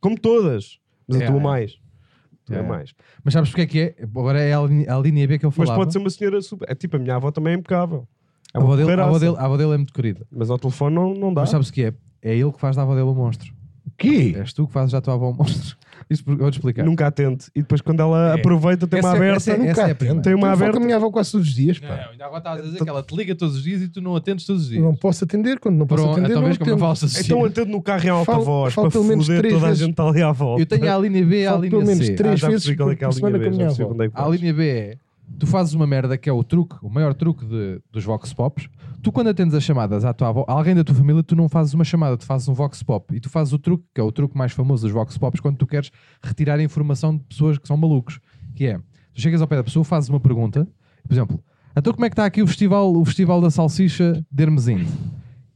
S3: Como todas, mas
S1: É,
S3: a tua
S1: é.
S3: mais. A tua
S1: É, é.
S3: mais.
S1: Mas sabes porque é que é? Agora é a, lin- a linha B que eu
S3: Mas
S1: falava.
S3: pode ser uma senhora super. É tipo, a minha avó também é impecável. É
S1: a, avó
S3: uma
S1: dele, a, avó
S3: porreiraça.
S1: dele, a avó dele é muito querida.
S3: Mas ao telefone não, não dá.
S1: Mas sabes o que é? É ele que faz da avó dele o monstro.
S2: O quê?
S1: És tu que fazes já a tua avó o monstro. Isto porque- vou-te explicar.
S3: Nunca atende. E depois quando ela
S1: É.
S3: aproveita, tem uma
S1: Essa é-
S3: aberta.
S1: essa é- essa
S2: nunca
S1: é a primeira.
S3: Tem uma
S2: Eu falo com
S3: aberta.
S2: a minha avó quase todos os dias, pá.
S1: Não, ainda agora estás a dizer que ela te liga todos os dias e tu não atendes todos os dias.
S2: Não posso atender, quando não posso
S1: Pronto,
S2: atender,
S1: então
S2: não
S1: vês como eu
S2: atendo.
S1: falo assim.
S3: Então atende no carro em alta
S2: Falo-
S3: voz
S2: falo
S3: para
S2: pelo menos
S3: foder
S2: três
S3: toda a
S2: vezes.
S3: gente está ali à volta.
S1: Eu tenho a linha B e a
S2: Falo
S1: linha
S2: pelo menos
S1: C.
S2: três
S3: já
S2: vezes
S3: percebi qual é
S2: por-
S3: que é a
S2: por semana
S3: linha
S2: com
S3: B,
S2: a minha
S3: já percebi
S2: avó.
S3: onde é que
S1: A
S3: vais.
S1: linha B é: tu fazes uma merda que é o truque, o maior truque de- dos Vox Pops. Tu, quando atendes as chamadas à tua avó, a alguém da tua família, tu não fazes uma chamada, tu fazes um Vox Pop. E tu fazes o truque, que é o truque mais famoso dos Vox Pops, quando tu queres retirar a informação de pessoas que são malucos. Que é: tu chegas ao pé da pessoa, fazes uma pergunta, por exemplo, então como é que está aqui o festival, o festival da salsicha de Hermesinde?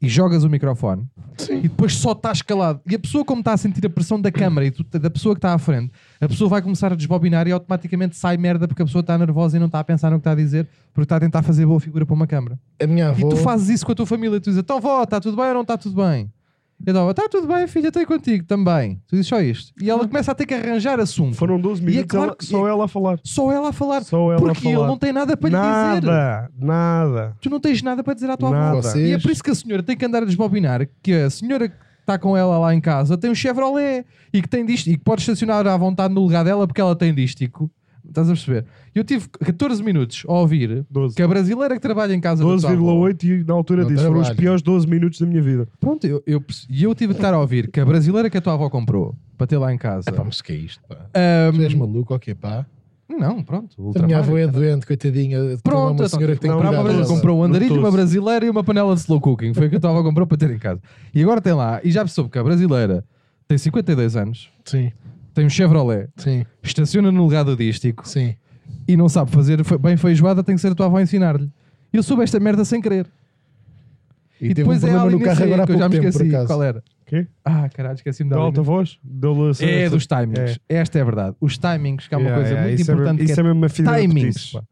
S1: E jogas o microfone e depois só estás calado. E a pessoa, como está a sentir a pressão da câmara e tu- da pessoa que está à frente, a pessoa vai começar a desbobinar e automaticamente sai merda porque a pessoa está nervosa e não está a pensar no que está a dizer porque está a tentar fazer boa figura para uma câmara.
S2: A minha avó...
S1: E tu fazes isso com a tua família, tu dizes, então vó, está tudo bem ou não está tudo bem? E ela, está tudo bem, filha, estou aí contigo também. Tu dizes só isto. E ela começa a ter que arranjar assunto.
S3: Foram 12
S1: E é
S3: minutos
S1: claro
S3: ela-
S1: que-
S3: só ela a falar.
S1: Só ela a falar.
S3: Só ela
S1: porque
S3: a falar.
S1: ele não tem nada para lhe dizer.
S3: nada, nada.
S1: Tu não tens nada para dizer à tua
S3: Nada.
S1: avó.
S2: Vocês-
S1: E é por isso que a senhora tem que andar a desbobinar que a senhora que está com ela lá em casa tem um Chevrolet e que tem disto e que pode estacionar à vontade no lugar dela porque ela tem dístico. Estás a perceber? Eu tive 14 minutos a ouvir
S3: 12.
S1: que a brasileira que trabalha em casa da tua avó-
S3: 12,8 e na altura
S2: Não
S3: disse foram os
S2: trabalho.
S3: piores 12 minutos da minha vida.
S1: Pronto, eu, eu, perce- e eu tive de estar a ouvir que a brasileira que a tua avó comprou para ter lá em casa.
S2: Pá, mas o que é isto, pá?
S1: Ahm,
S2: Tu és maluco, ok, pá.
S1: não, pronto.
S2: A minha
S1: ultramar.
S2: avó é doente, coitadinha. tem lá
S1: Pronto,
S2: uma
S1: então,
S2: senhora que tem que
S3: não,
S1: Comprava uma
S2: cuidar
S3: brasileira
S1: brasileira,
S2: dela.
S1: comprou um andarilho, uma
S3: Doce.
S1: brasileira e uma panela de slow cooking. Foi o que eu estava a comprar para ter em casa. E agora tem lá, e já persoube que a brasileira tem 52 anos,
S2: Sim,
S1: tem um Chevrolet,
S2: sim,
S1: estaciona no lugar do dístico
S2: sim.
S1: e não sabe fazer fe- bem feijoada, tem que ser a tua avó a ensinar-lhe. E Eu soube esta merda sem querer.
S2: E, teve um
S1: é
S2: problema
S1: ela
S2: no
S1: nem
S2: carro
S1: sei,
S2: agora há
S1: que eu já
S2: pouco
S1: me
S2: tempo, por
S1: esqueci qual é.
S2: acaso.
S1: era.
S3: Quê?
S1: Ah, caralho, esqueci-me da
S3: Da alta
S1: linha.
S3: voz? Deu-lhe essa-
S1: É
S3: essa-
S1: dos timings. Esta é a verdade. Os timings, que é uma
S3: Yeah,
S1: coisa
S3: yeah,
S1: muito
S3: isso é mesmo-
S1: importante. que é
S3: Isso é mesmo uma filha da
S1: timings.
S3: putice, pá.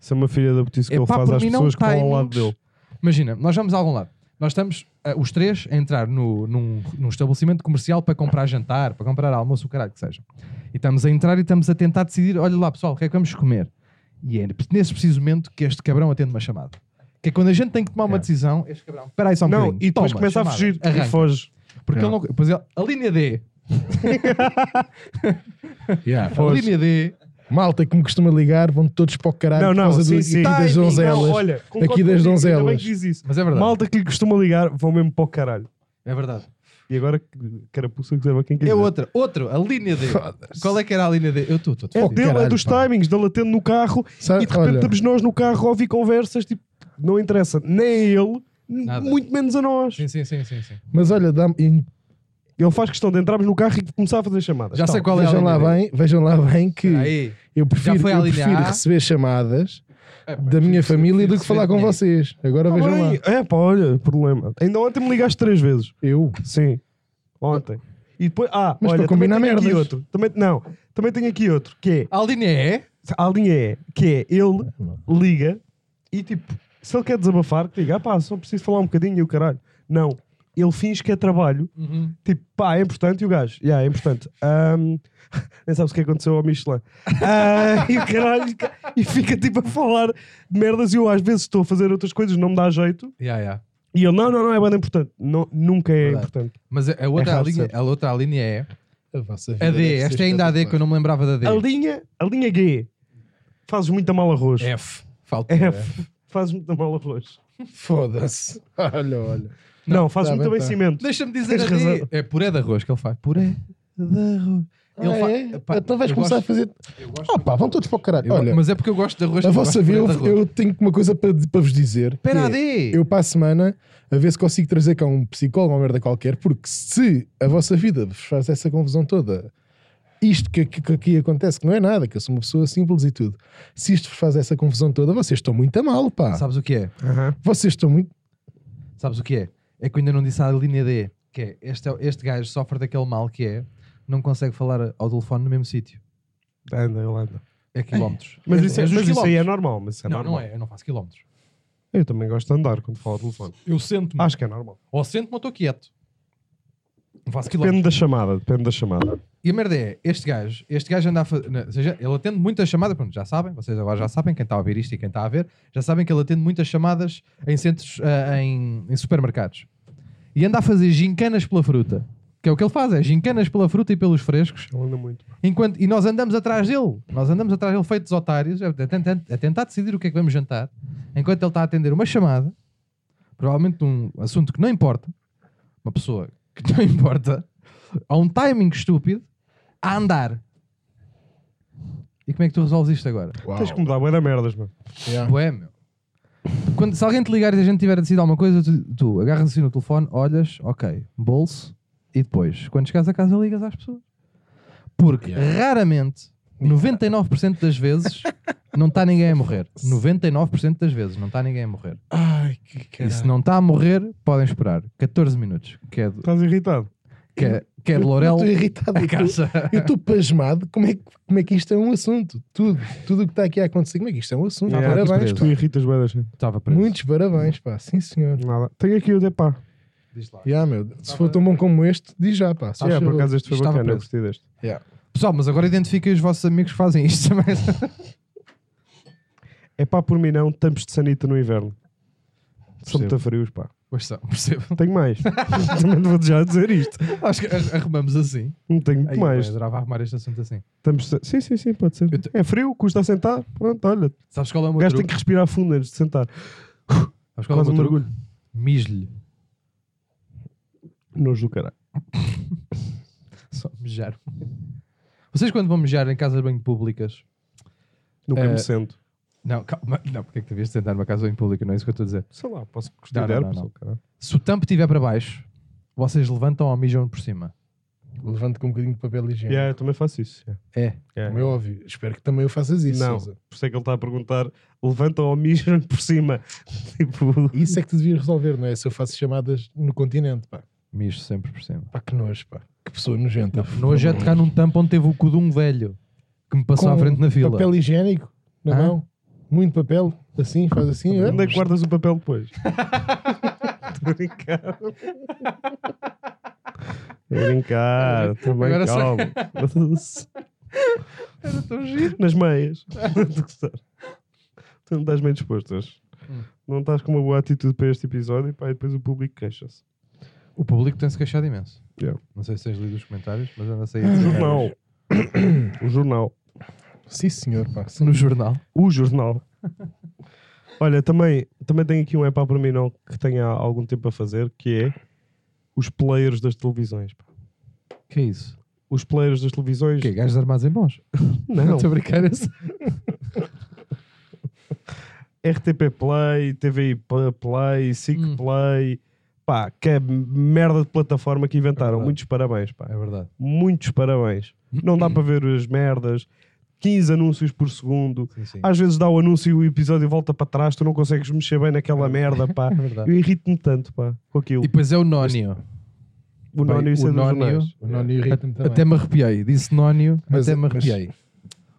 S3: Isso é uma filha da putice que ele
S1: Epá,
S3: faz
S1: por
S3: às
S1: mim não
S3: pessoas que vão ao lado
S1: timings.
S3: dele.
S1: Imagina, nós vamos a algum lado. Nós estamos, ah, os três, a entrar no, num, num estabelecimento comercial para comprar jantar, para comprar almoço, o caralho que seja. E estamos a entrar e estamos a tentar decidir: olha lá, pessoal, o que é que vamos comer? E é nesse preciso momento que este cabrão atende uma chamada. Que é quando a gente tem que tomar uma
S3: É.
S1: decisão, este cabrão, espera aí só um
S3: Não,
S1: bocadinho.
S3: e depois
S1: toma,
S3: começa
S1: chamada,
S3: a fugir
S1: arranca.
S3: e foge.
S1: Porque
S3: É.
S1: ele não. Pois ele, a linha D,
S2: Yeah.
S1: a linha D,
S2: Malta que me costuma ligar, vão todos para o caralho
S3: Não,
S2: É, por
S3: não,
S2: causa
S3: sim,
S2: do-
S3: sim.
S2: aqui das
S1: Tá,
S3: Timing, não,
S2: donzelas.
S3: olha, concordo
S2: Aqui das
S3: contigo, ainda bem
S2: donzelas.
S3: que diz isso.
S1: mas é verdade.
S3: Malta que lhe costuma ligar, vão mesmo para o caralho.
S1: É verdade.
S3: E agora, carapuça, que serve a quem quiser.
S1: É outra, outro, a linha D. Qual é que era a linha D? Eu estou, estou.
S3: É
S2: Oh,
S3: dele, é
S2: caralho,
S3: dos
S2: pá.
S3: timings, dele atende no carro
S2: Sabe-
S3: e de repente
S2: Ah, olha.
S3: estamos nós no carro a ouvir conversas, tipo, não interessa nem a ele, n-
S1: Nada.
S3: muito menos a nós.
S1: Sim, sim, sim, sim. sim.
S2: Mas olha, dá
S3: Ele faz questão de entrarmos no carro e de começar a fazer chamadas. Tá.
S1: Já
S3: Tal.
S1: sei qual é a
S2: vejam
S1: linha
S2: lá
S1: D.
S2: bem, vejam lá bem que
S1: Aí.
S2: eu prefiro,
S1: foi à
S2: eu
S1: linha
S2: prefiro
S1: A.
S2: receber chamadas
S1: É, pá,
S2: da minha
S1: preciso-
S2: família do
S1: preciso
S2: que falar com
S1: receber dinheiro.
S2: vocês. Agora
S1: Tá
S3: Ah,
S2: vejam lá.
S3: bem, É pá, olha, problema. Ainda ontem me ligaste três vezes.
S2: Eu.
S3: Sim, ontem. E depois, ah,
S2: Mas
S3: olha,
S2: para combinar
S3: também tenho aqui
S2: merdas.
S3: outro. Também, não, também tenho aqui outro, que é,
S1: A linha é?
S3: a linha é, que é, ele liga e tipo, se ele quer desabafar, que diga, ah pá, só preciso falar um bocadinho e o caralho. Não, ele finge que é trabalho. Tipo, pá, é importante e o gajo. Yeah, é importante. Ahm, nem sabes o que aconteceu ao Michelin. Ah, e o caralho, e fica tipo a falar de merdas. E eu às vezes estou a fazer outras coisas, não me dá jeito.
S1: Yeah, yeah.
S3: E ele, não, não, não é banda importante. Não, nunca é
S2: Verdade.
S3: importante.
S1: Mas a, a outra
S2: raro
S1: linha,
S2: ser.
S1: a outra linha é
S2: A vossa vida
S1: a
S2: deve
S1: D.
S2: ser
S1: Esta é ainda a D, que eu não me lembrava da D.
S3: A linha, a linha G fazes muita mal arroz.
S1: F. Falta.
S3: F fazes muita mal arroz.
S2: Foda-se. Olha, olha.
S3: Não, fazes
S2: tá
S3: muito
S2: bem,
S3: bem
S2: tá.
S3: cimento.
S1: Deixa-me dizer a
S3: Tens
S1: D.
S3: razão.
S1: É puré de arroz que ele faz. Puré de arroz.
S2: Ah,
S1: fa-
S2: é?
S1: Epá,
S2: então vais
S1: eu
S2: começar
S1: gosto-
S2: a fazer.
S1: eu gosto-
S2: Ah, pá, vão todos para o caralho.
S1: eu-
S2: Olha,
S1: mas é porque eu gosto de arroz.
S2: a
S1: eu
S2: vossa
S1: gosto de
S2: vida,
S1: puré
S2: eu,
S1: de arroz.
S2: eu tenho uma coisa para, para vos dizer. que
S1: Espera,
S2: é,
S1: a D.
S2: Eu para a semana a ver se consigo trazer cá um psicólogo, uma merda qualquer, porque se a vossa vida vos faz essa confusão toda, isto que, que, que aqui acontece, que não é nada, que eu sou uma pessoa simples e tudo, se isto vos faz essa confusão toda, vocês estão muito a mal, pá.
S1: Sabes o que é?
S2: Vocês estão muito.
S1: Sabes o que é? É que eu ainda não disse a linha D, que é este, é- este gajo sofre daquele mal que é não consegue falar ao telefone no mesmo sítio.
S3: Anda, ele anda.
S1: É quilómetros.
S3: Mas
S1: É-
S3: isso, é,
S1: é dos
S3: mas isso aí
S1: quilómetros.
S3: é normal. Mas isso é
S1: não, é.
S3: normal.
S1: não é, eu não faço quilómetros.
S3: Eu também gosto de andar quando falo ao telefone.
S1: Eu sento-me.
S3: Acho que é normal.
S1: Ou sento-me ou estou quieto. Não faço
S3: Depende
S1: quilómetros.
S3: da chamada, depende da chamada.
S1: E a merda é, este gajo, este gajo anda a fazer. Ou seja, ele atende muitas chamadas, pronto, já sabem, vocês agora já sabem, quem está a ouvir isto e quem está a ver, já sabem que ele atende muitas chamadas em centros, ah, em, em supermercados. E anda a fazer gincanas pela fruta. Que é o que ele faz, é gincanas pela fruta e pelos frescos.
S3: Ele anda muito.
S1: Enquanto, e nós andamos atrás dele, nós andamos atrás dele feitos otários, a tentar, a tentar decidir o que é que vamos jantar, enquanto ele está a atender uma chamada, provavelmente de um assunto que não importa, uma pessoa que não importa, a um timing estúpido, a andar. E como é que tu resolves isto agora?
S3: Tens que mudar bué da merdas, mano.
S2: Yeah.
S1: Ué, meu. Quando, se alguém te ligar e a gente tiver a decidir alguma coisa, tu, tu agarras assim no telefone, olhas, ok, bolso, e depois, quando chegares a casa, ligas às pessoas. Porque raramente, 99% das vezes, não está ninguém a morrer. 99% das vezes, não está ninguém a morrer.
S2: Ai, que
S1: E se não está a morrer, podem esperar 14 minutos, que é de,
S3: Estás irritado.
S1: que é, que é de
S2: Eu- eu
S1: Laurel
S2: Estou irritado.
S1: a
S2: eu tô-
S1: casa.
S2: Eu estou pasmado. Como é, que, como é que isto é um assunto? Tudo tudo o que está aqui a acontecer, como é que isto é um assunto?
S1: Yeah.
S2: Parabéns,
S1: Preso.
S3: tipo, Tu irritas bué da gente.
S1: Estava preso.
S2: Muitos parabéns, pá. Sim, senhor.
S3: Nada. Tenho aqui o Depá.
S1: Diz lá.
S2: Yeah, meu, se for tão bom como este, diz já, pá. se
S3: Ah,
S2: faz
S3: por
S2: favor.
S3: acaso este foi
S1: Estava
S3: bacana, eu
S1: preso.
S3: gostei deste.
S1: Pessoal, mas agora identifiquem os vossos amigos que fazem isto também.
S3: É pá, por mim não, tampos de sanita no inverno. São muito frios, pá.
S1: Pois são, percebo.
S3: Tenho mais. Também vou já dizer isto.
S1: Acho que ar- arrumamos assim.
S3: Não tenho
S1: Ai,
S3: muito
S1: eu
S3: mais.
S1: adorava arrumar este assunto assim.
S3: Tampos de... Sim, sim, sim, pode ser.
S1: Eu te-
S3: É frio, custa a sentar. Pronto, olha.
S1: Sabes qual é o
S3: O
S1: meu
S3: gajo tem
S1: truque?
S3: que respirar fundo antes de sentar.
S1: Sabes qual é o
S3: Quase um
S1: meu truque?
S3: mergulho.
S1: Mijo-lhe.
S3: Nojo do caralho.
S1: Só mijar. Vocês quando vão mijar em casas de banho públicas...
S3: Nunca
S1: Eh,
S3: me sento.
S1: Não, calma. Não, porque é que devias tentar numa casa de banho pública? Não é isso que eu estou a dizer.
S3: Sei lá, posso
S1: não,
S3: gostar de
S1: não,
S3: herpes
S1: não.
S3: ou caralho.
S1: Se o tampo estiver para baixo, vocês levantam ou mijam por cima.
S2: Levante com um bocadinho de papel higiênico.
S3: Yeah, eu também faço isso. yeah.
S1: É.
S3: Yeah.
S2: Como é óbvio. Espero que também o faças isso,
S3: Não.
S2: Sousa.
S3: Por isso é que ele está a perguntar: levantam ou mijam por cima? tipo,
S2: Isso é que tu devias resolver, não é? Se eu faço chamadas no continente, pá.
S1: Mijo sempre por cima.
S2: Pá, que nojo, pá. Que pessoa nojenta.
S1: Nojo é tocar num tampo onde teve o cu de um velho que me passou
S2: Com
S1: à frente na fila.
S2: Papel higiênico na
S1: Hã?
S2: mão. Muito papel. Assim, faz assim. é?
S3: onde é que guardas o papel depois? Estou a brincar. Estou a brincar, também
S1: Agora só-
S3: calma.
S1: Era tão giro.
S3: Nas meias. Estou a gozar. tu não estás bem disposto hoje.
S1: Hum.
S3: Não estás com uma boa atitude para este episódio pá, e depois o público queixa-se.
S1: O público tem-se queixado imenso.
S3: Yeah.
S1: Não sei se tens lido os comentários, mas anda a sair... a dizer
S3: Jornal. o jornal.
S2: Sim, senhor, pá.
S1: merdas. No jornal.
S3: O jornal. Olha, também, também tenho aqui um epá para mim não que tenho há algum tempo a fazer, que é os players das televisões. pá.
S1: Que é isso?
S3: Os players das televisões.
S1: O quê? Gajos armados em bons?
S3: Não.
S1: Estou a brincar esse.
S3: RTP Play, TVI pa- Play, SIC
S1: Hum.
S3: Play. Pá, que é merda de plataforma que inventaram.
S1: verdade. Hum.
S3: Muitos parabéns, pá.
S1: É verdade.
S3: Muitos parabéns. Não dá para ver as merdas. 15 anúncios por segundo.
S1: Sim, sim.
S3: Às vezes dá o anúncio e o episódio volta para trás. Tu não consegues mexer bem naquela merda, pá.
S1: É verdade.
S3: Eu irrito-me tanto, pá, com aquilo.
S1: E depois é o Nónio.
S3: O
S1: Bem,
S3: Nónio
S1: o
S3: e Sandro
S1: Nónio-
S3: Jornais.
S2: O Nónio irrita-me também.
S1: É, Até me arrepiei. Disse Nónio,
S2: Tá Mas-
S1: até me
S2: mas-
S1: arrepiei.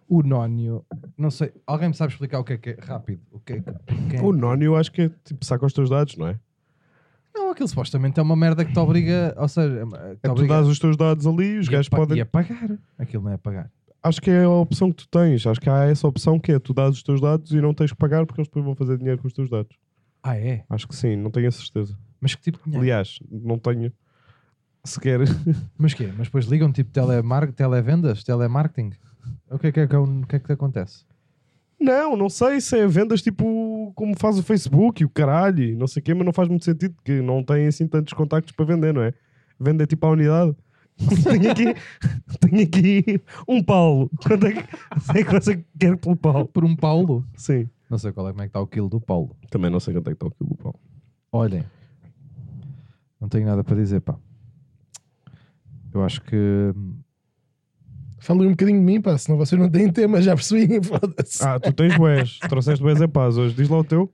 S1: O Nónio, não sei, alguém me sabe explicar o que é que é? Rápido. O que é que- quem-
S3: O Nónio eu acho que é tipo saca os teus dados, não é?
S1: Não, aquilo supostamente é uma merda que te obriga. Ou seja, é uma- que te
S3: É tu
S1: obriga
S3: dás os teus dados ali, os
S1: e a
S3: gajos
S1: pa-
S3: podem.
S1: E é a pagar. Aquilo não é pagar.
S3: Acho que é a opção que tu tens. Acho que há essa opção que é tu dás os teus dados e não tens que pagar porque eles depois vão fazer dinheiro com os teus dados.
S1: Ah, é?
S3: Acho que sim, não tenho a certeza.
S1: Mas que tipo de dinheiro?
S3: Aliás, não tenho sequer.
S1: Mas quê? Mas depois ligam tipo telemar televendas, telemarketing? O que é que, é que, é um- o que, é que te acontece?
S3: Não, não sei se é vendas tipo como faz o Facebook e o caralho, e não sei o quê, mas não faz muito sentido que não tem assim tantos contactos para vender, não é? Vender tipo à unidade. tenho, aqui, tenho aqui um Paulo. Quanto é que, sei que você quer pelo Paulo?
S1: Por um Paulo?
S3: Sim.
S1: Não sei qual é, como é que está o quilo do Paulo.
S3: Também não sei quanto é que está o quilo do Paulo.
S1: Olhem, não tenho nada para dizer, pá. Eu acho que. hum,
S2: Falem um bocadinho de mim, pá, senão vocês não têm tema, já percebi, foda-se.
S3: Ah, tu tens boés. Trouxeste boés em paz hoje. Diz lá o teu.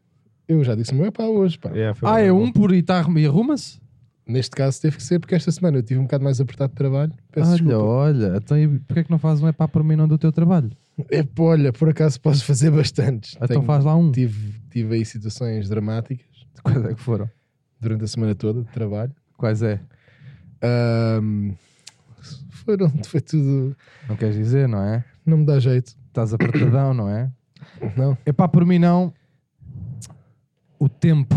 S2: Eu já disse o meu é pá hoje, pá.
S3: É, foi
S1: Ah,
S3: bom.
S1: é um por e tá- e arruma-se?
S2: Neste caso teve que ser porque esta semana eu tive um bocado mais apertado de trabalho. Peço
S1: Olha,
S2: desculpa.
S1: olha, então e porquê é que não fazes um epá para mim não do teu trabalho?
S2: É, pá, olha, por acaso posso fazer bastantes.
S1: Então
S2: Tenho-
S1: faz lá um.
S2: tive, tive aí situações dramáticas
S1: Quais é que foram?
S2: durante a semana toda de trabalho.
S1: Quais é?
S2: Ahm, foram, foi tudo.
S1: Não queres dizer, não é?
S2: Não me dá jeito.
S1: Estás apertadão, não é?
S2: Não.
S1: É pá, por mim não. O tempo.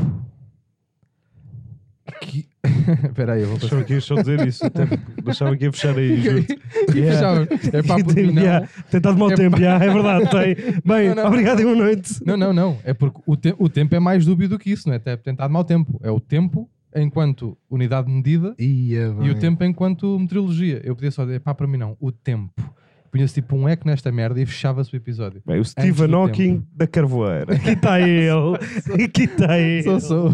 S1: Que... Espera aí, eu vou passar.
S3: Deixa-me aqui só dizer isso. Até- Deixa-me aqui fechar aí. juro.
S1: Yeah. É pá, por mim É não.
S3: Yeah, Tem estado mau
S1: É
S3: tempo, yeah, é verdade. Tem. Bem,
S1: Não, não.
S3: obrigado e boa noite.
S1: Não, não, não. É porque o, te- o tempo é mais dúbio do que isso, não é? Até tentado mau tempo. É o tempo enquanto unidade de medida
S2: Ia
S1: e
S2: bem.
S1: o tempo enquanto meteorologia. Eu podia só dizer, pá, para mim não. O tempo. Punha-se tipo um eco nesta merda e fechava-se o episódio.
S3: Bem, o
S1: do
S3: Stephen Hawking da Carvoeira. Aqui está ele. Aqui está ele.
S1: Sou, sou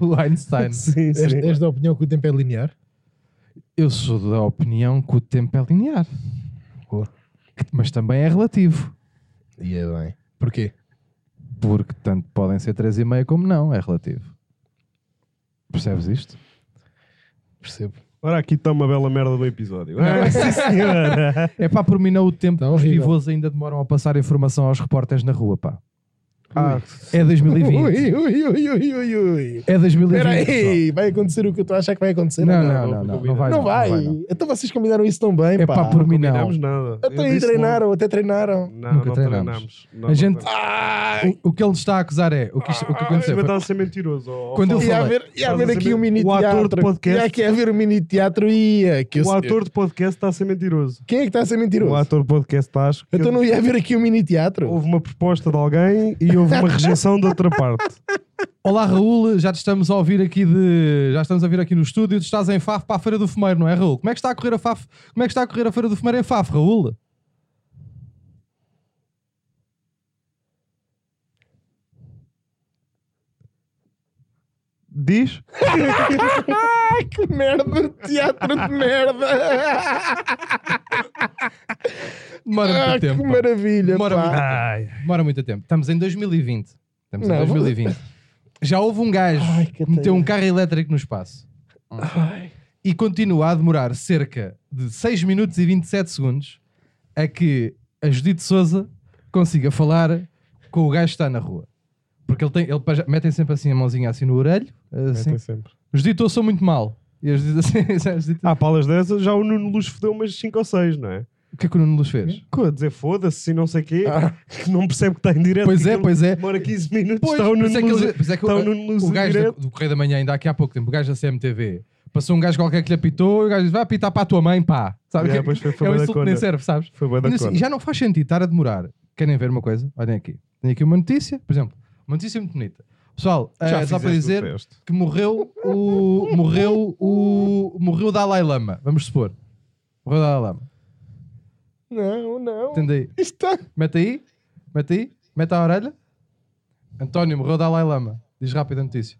S1: o Einstein.
S3: Sim,
S2: És,
S3: sim.
S2: és da opinião que o tempo é linear?
S1: Eu sou da opinião que o tempo é linear.
S2: Boa.
S1: Mas também é relativo.
S3: é
S2: Ia bem. Porquê?
S1: Porque tanto podem ser 3,5 como não, é relativo. Percebes isto?
S2: Percebo.
S3: Ora, aqui está uma bela merda do episódio.
S1: Não.
S3: Ah, sim, senhora.
S1: É pá, por mim não o tempo
S2: Tá
S1: que os
S2: horrível.
S1: pivôs ainda demoram a passar informação aos repórteres na rua, pá.
S3: Ah,
S1: É 2020.
S2: Ui, ui, ui, ui, ui, ui.
S1: É 2020.
S2: Espera
S1: pessoal.
S2: aí, vai acontecer o que eu estou a achar que vai acontecer?
S1: Não,
S2: ou
S1: não, não, não, não vai.
S2: Não vai.
S1: não.
S2: Então vocês combinaram isso tão bem,
S1: É
S2: pá.
S1: pá, por mim não.
S3: combinamos nada. Eu
S2: Até aí
S3: disse
S2: treinaram, até treinaram.
S3: logo. Não,
S1: Nunca
S3: não
S1: treinámos.
S3: treinámos. Não,
S1: A
S3: não
S1: gente-
S3: treinámos.
S1: O, o que ele está a acusar é. O que, isto- o que
S3: Ah,
S1: aconteceu?
S3: mas
S1: foi-
S3: estás a ser mentiroso. ó,
S1: Quando
S3: ó,
S1: ele
S2: Ia
S1: falei.
S2: haver, ia
S3: Estás
S2: haver
S3: a
S2: aqui
S3: saber?
S2: um mini
S3: O ator
S2: teatro.
S3: de podcast.
S2: Ia aqui haver um mini teatro ia. Que eu
S3: O
S2: sei-
S3: ator de podcast está a ser mentiroso.
S2: Quem é que está a ser mentiroso?
S3: O ator de podcast está, acho que
S2: Então não ia haver aqui um mini teatro?
S3: houve uma proposta de alguém e houve uma rejeição da outra parte.
S1: Olá, Raul, já te estamos a ouvir aqui de. Já estamos a vir aqui no estúdio. Tu estás em Faf para a Feira do Fumeiro, não é, Raul? Como é que está a correr a Faf? Como é que está a correr a Feira do Fumeiro em Faf, Raul?
S3: Diz?
S2: Ai, que merda! Teatro de merda!
S1: Demora
S2: Ah,
S1: muito
S2: que
S1: tempo. pá.
S2: maravilha,
S1: Demora
S2: pá.
S1: muito tempo.
S3: Ai.
S1: Demora muito tempo. Estamos em 2020. Estamos
S2: Não,
S1: em
S2: vamos-
S1: 2020. Já houve um gajo
S2: Ai,
S1: que
S2: que
S1: meteu
S2: tenho-
S1: um carro elétrico no espaço
S2: Ai.
S1: e continua a demorar cerca de 6 minutos e 27 segundos a que a Judite Souza consiga falar com o gajo que está na rua. Porque ele tem, ele para já- metem sempre assim a mãozinha assim no orelho, assim.
S3: Metem sempre.
S1: Judite, eu sou muito mal. E a Judite assim, a Judite,
S3: Há palas dessas, já o Nuno Luz fodeu umas 5 ou 6, não é?
S1: o que é que o Nuno Luz fez?
S3: Co- a dizer foda-se e não sei o quê, que não percebe que está em direto.
S1: Ah. Pois
S3: que
S1: é,
S3: aquilo
S1: pois é.
S3: Demora 15 minutos,
S1: Pois,
S3: está o
S1: pois
S3: Nuno
S1: é que,
S3: Luz.
S1: ele- pois é que
S3: está
S1: o-
S3: o Nuno Luz
S1: o
S3: em
S1: gajo da-
S3: direto.
S1: do Correio da Manhã, ainda aqui há pouco tempo, o gajo da CMTV, passou um gajo qualquer que lhe apitou e o gajo disse: vai apitar para a tua mãe, pá. Sabe?
S3: É,
S1: que-
S3: pois foi- foi
S1: é um
S3: bué da
S1: insulto que nem
S3: cona.
S1: serve, sabes?
S3: Foi boa da
S1: Ainda assim,
S3: cor.
S1: já não faz sentido estar a demorar. Querem ver uma coisa? Olhem aqui. Tenho aqui uma notícia, por exemplo, uma notícia muito bonita. Pessoal, eh, só para
S3: fizeste o
S1: dizer
S3: teste.
S1: que morreu o. morreu o. morreu o Dalai Lama, vamos supor. Morreu o Dalai Lama.
S2: Não, não.
S1: Entende aí?
S2: Isto tá-
S1: Mete aí, mete aí, mete a orelha. António morreu o Dalai Lama. Diz rápido a notícia.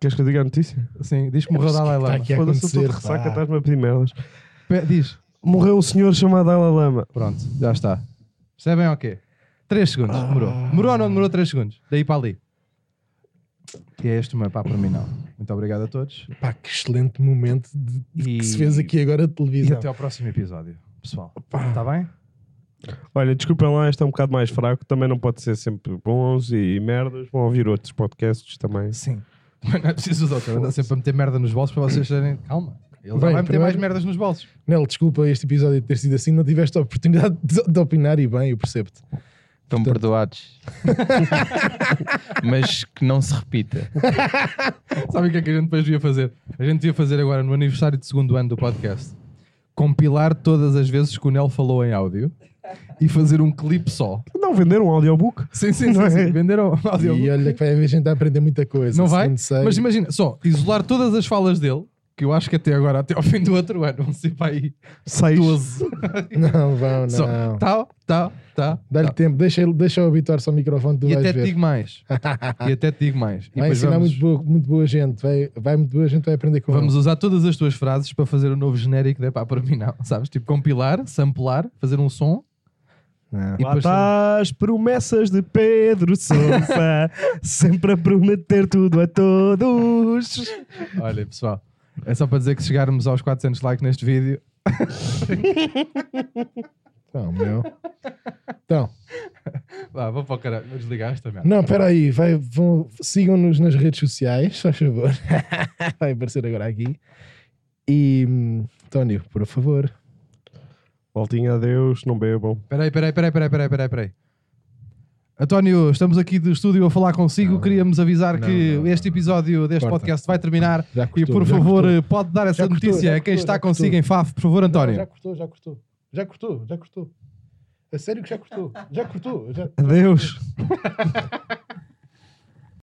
S3: Queres que eu diga a notícia?
S1: Sim, Assim, diz que morreu o Dalai
S2: Está
S1: Lama.
S2: tá aqui a
S3: Foda-se, eu estou
S2: acontecer,
S3: de ressaca,
S2: pá.
S3: estás-me a pedir merdas.
S1: Pe- Diz.
S3: Morreu um senhor chamado Dalai Lama.
S1: Pronto, já está. Percebem o quê? 3 segundos,
S2: Ah.
S1: demorou. Demorou ou não demorou 3 segundos? Daí para ali. E é este o meu pá para mim, não. Muito obrigado a todos.
S2: Pá, que excelente momento de-
S1: E,
S2: que se fez aqui agora de
S1: e
S2: televisão.
S1: até ao próximo episódio, pessoal. Está bem?
S3: Olha, desculpem lá, este é um bocado mais fraco. Também não pode ser sempre bons e merdas. Vão ouvir outros podcasts também.
S1: Sim. Mas não é preciso os outros. Ele Anda sempre a meter merda nos bolsos para vocês serem. Calma. Ele já
S2: Bem,
S1: vai meter mais
S2: primeiro-
S1: merdas nos bolsos.
S2: Nel, desculpa este episódio ter sido assim, não tiveste a oportunidade de, de opinar e bem, eu percebo-te.
S4: Estão perdoados. Mas que não se repita.
S1: Sabe o que é que a gente depois devia fazer? A gente devia fazer agora no aniversário de segundo ano do podcast. Compilar todas as vezes que o Nel falou em áudio e fazer um clipe só.
S3: Não venderam um audiobook?
S1: Sim, sim,
S3: Não
S1: sim.
S3: é?
S1: sim. Venderam o áudio.
S2: E olha que vai haver gente a aprender muita coisa.
S1: Não vai?
S2: segundo sei.
S1: Mas imagina, só isolar todas as falas dele, que eu acho que até agora, até ao fim do outro ano, vão ser para aí
S3: Seis.
S1: 12.
S2: Não vão,
S1: Só Tá.
S2: não.
S1: tal, tal, tal.
S2: Dá-lhe
S1: tal.
S2: tempo, deixa ele- deixa eu habituar-se ao microfone, tu
S1: tá. E
S2: vais
S1: até
S2: ver.
S1: te digo mais. E até te digo mais. E
S2: Vai
S1: depois
S2: ensinar
S1: vamos,
S2: muito, boa, muito boa gente, vai, vai muito boa gente, vai aprender com
S1: vamos
S2: ele.
S1: usar todas as tuas frases para fazer um novo genérico de pá para mim, não. Sabes? Tipo, compilar, samplar, fazer um som.
S2: Não.
S1: E
S3: Lá
S1: depois-
S3: está as promessas de Pedro Sousa, sempre a prometer tudo a todos.
S1: Olha, pessoal, é só para dizer que se chegarmos aos 400 likes neste vídeo,
S2: Não, meu. Então,
S1: vá, vou para o caralho, vou desligar esta merda.
S2: não, peraí, vai, vão- sigam-nos nas redes sociais, faz favor. vai aparecer agora aqui. E, hum, Tónio, por favor.
S3: Voltinha a Deus, não bebam.
S1: Peraí, peraí, peraí, peraí, peraí, peraí, peraí. António, estamos aqui do estúdio a falar consigo.
S2: Não.
S1: Queríamos avisar
S2: Não,
S1: que
S2: não, não,
S1: este
S2: não.
S1: episódio deste
S2: Corta.
S1: podcast vai terminar.
S2: Já
S1: e
S2: cortou,
S1: por
S2: já
S1: favor,
S2: cortou.
S1: pode dar essa
S2: Já cortou,
S1: notícia
S2: já
S1: a quem
S2: cortou,
S1: está
S2: já cortou.
S1: consigo em FAF, por favor, António.
S2: Já cortou, já cortou. Já cortou, já cortou. A sério que já cortou. Já cortou. Já...
S3: Adeus.